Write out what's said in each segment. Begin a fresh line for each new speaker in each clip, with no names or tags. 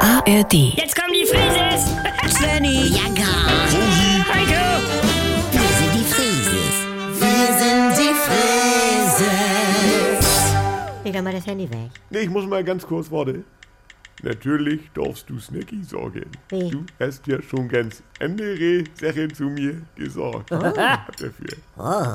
ARD.
Jetzt kommen die Frises!
Svenny. Ja, gar.
Heiko!
Wir sind die Frieses. Wir sind die Frieses.
Leg doch mal das Handy weg.
Nee, ich muss mal ganz kurz, warte. Natürlich darfst du Snacky sagen.
Wie?
Du hast ja schon ganz andere Sachen zu mir gesagt.
Ah.
Hab Dafür.
Oh,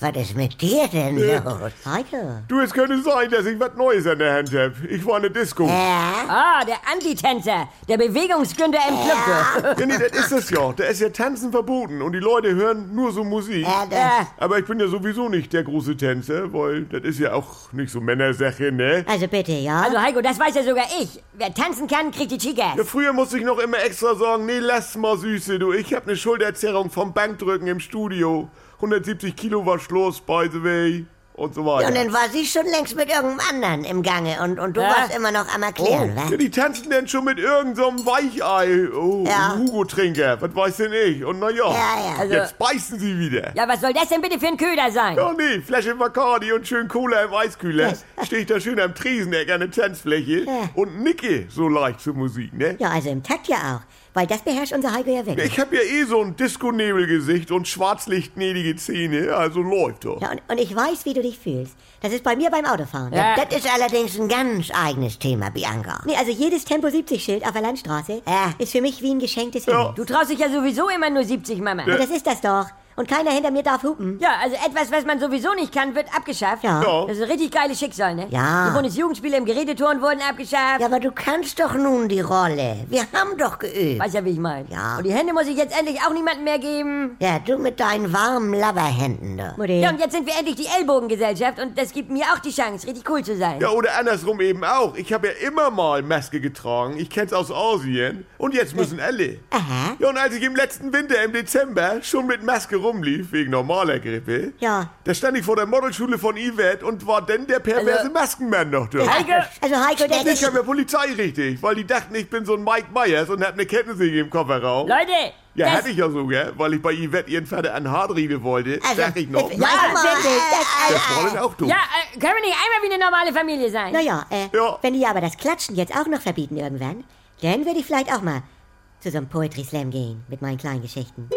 was ist mit dir denn
Äh.
los?
Heiko.
Du, es könnte sein, dass ich was Neues an der Hand hab. Ich war in der Disco.
Ja?
Ah, der Antitänzer, der Bewegungsgünder im Club.
Ja, nee, das ist es ja. Da ist ja Tanzen verboten und die Leute hören nur so Musik.
Ja,
Äh,
das,
Aber ich bin ja sowieso nicht der große Tänzer, weil das ist ja auch nicht so Männersache, ne?
Also bitte, ja?
Also Heiko, das weiß ja sogar ich. Wer tanzen kann, kriegt die
Ja,
Chicas.
früher musste ich noch immer extra sagen, nee, lass mal, Süße, du, ich hab eine Schulterzerrung vom Bankdrücken im Studio. 170 Kilo war Schluss, by the way. Und so weiter.
und dann war sie schon längst mit irgendeinem anderen im Gange und, und du
Ja?
warst immer noch am Erklären,
Oh,
Oh.
Ja,
was?
die tanzen denn schon mit irgendeinem so einem Weichei. Oh,
Ja.
ein Hugo-Trinker, was weiß denn ich? Und naja,
Ja, ja.
Also-
jetzt beißen sie wieder.
Ja, was soll das denn bitte für ein Köder sein?
Oh nee, Flasche Bacardi und schön Cola im Eiskühler. Steh ich da schön am Treseneck an der Tanzfläche und nicke so leicht zur Musik, ne?
Ja, also im Takt ja auch. Weil das beherrscht unser Heiko ja wirklich.
Ich hab ja eh so ein Disco-Nebelgesicht und schwarzlichtnädige Zähne, also läuft doch.
Ja, und, und ich weiß, wie du dich fühlst. Das ist bei mir beim Autofahren.
Ja.
Das ist allerdings ein ganz eigenes Thema, Bianca.
Nee, also jedes Tempo-70-Schild auf der Landstraße
Ja.
ist für mich wie ein geschenktes
Ja.
Himmel.
Du traust dich ja sowieso immer nur 70, Mama.
Ja, das ist das doch. Und keiner hinter mir darf hupen.
Ja, also etwas, was man sowieso nicht kann, wird abgeschafft.
Ja.
Ja.
Das ist ein richtig geiles Schicksal, ne?
Ja.
Die Bundesjugendspiele im Geräteturn wurden abgeschafft.
Ja, aber du kannst doch nun die Rolle. Wir haben doch geübt.
Weiß ja, wie ich meine.
Ja.
Und die Hände muss ich jetzt endlich auch niemandem mehr geben.
Ja, du mit deinen warmen Loverhänden, du.
Mutti.
Ja, und jetzt sind wir endlich die Ellbogengesellschaft und das gibt mir auch die Chance, richtig cool zu sein.
Ja, oder andersrum eben auch. Ich habe ja immer mal Maske getragen. Ich kenn's aus Asien. Und jetzt müssen alle.
Aha.
Ja, und als ich im letzten Winter im Dezember schon mit Maske rumlief, wegen normaler Grippe,
Ja.
da stand ich vor der Modelschule von Yvette und war denn der perverse
Also-
Maskenmann noch drin.
Heike!
Also Heiko, das
Ich
ist...
kam ja Polizei richtig, weil die dachten, ich bin so ein Mike Myers und hab eine Kettensäge im Kofferraum.
Leute!
Ja,
das,
hatte ich ja sogar, weil ich bei Yvette ihren Vater an Haarriegel wollte.
Also,
Sag ich noch.
äh,
Das
warte mal.
bitte, das-
war denn auch du.
Ja, äh, können wir nicht einmal wie eine normale Familie sein?
Naja, äh,
Ja.
wenn die aber das Klatschen jetzt auch noch verbieten irgendwann, dann würde ich vielleicht auch mal zu so einem Poetry Slam gehen mit meinen kleinen Geschichten.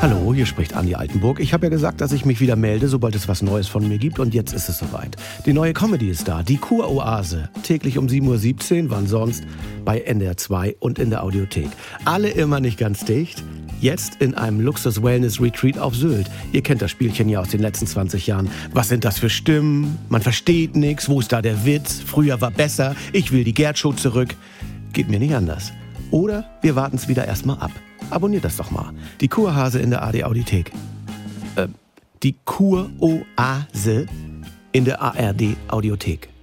Hallo, hier spricht Andi Altenburg. Ich habe ja gesagt, dass ich mich wieder melde, sobald es was Neues von mir gibt. Und jetzt ist es soweit. Die neue Comedy ist da, die Kuroase. Täglich um 7.17 Uhr, wann sonst? Bei NDR 2 und in der Audiothek. Alle immer nicht ganz dicht. Jetzt in einem Luxus-Wellness-Retreat auf Sylt. Ihr kennt das Spielchen ja aus den letzten 20 Jahren. Was sind das für Stimmen? Man versteht nichts. Wo ist da der Witz? Früher war besser. Ich will die Gerd-Show zurück. Geht mir nicht anders. Oder wir warten es wieder erstmal ab. Abonniert das doch mal. Die Kurhase in der AD Audiothek. Äh, die Kuroase in der ARD Audiothek.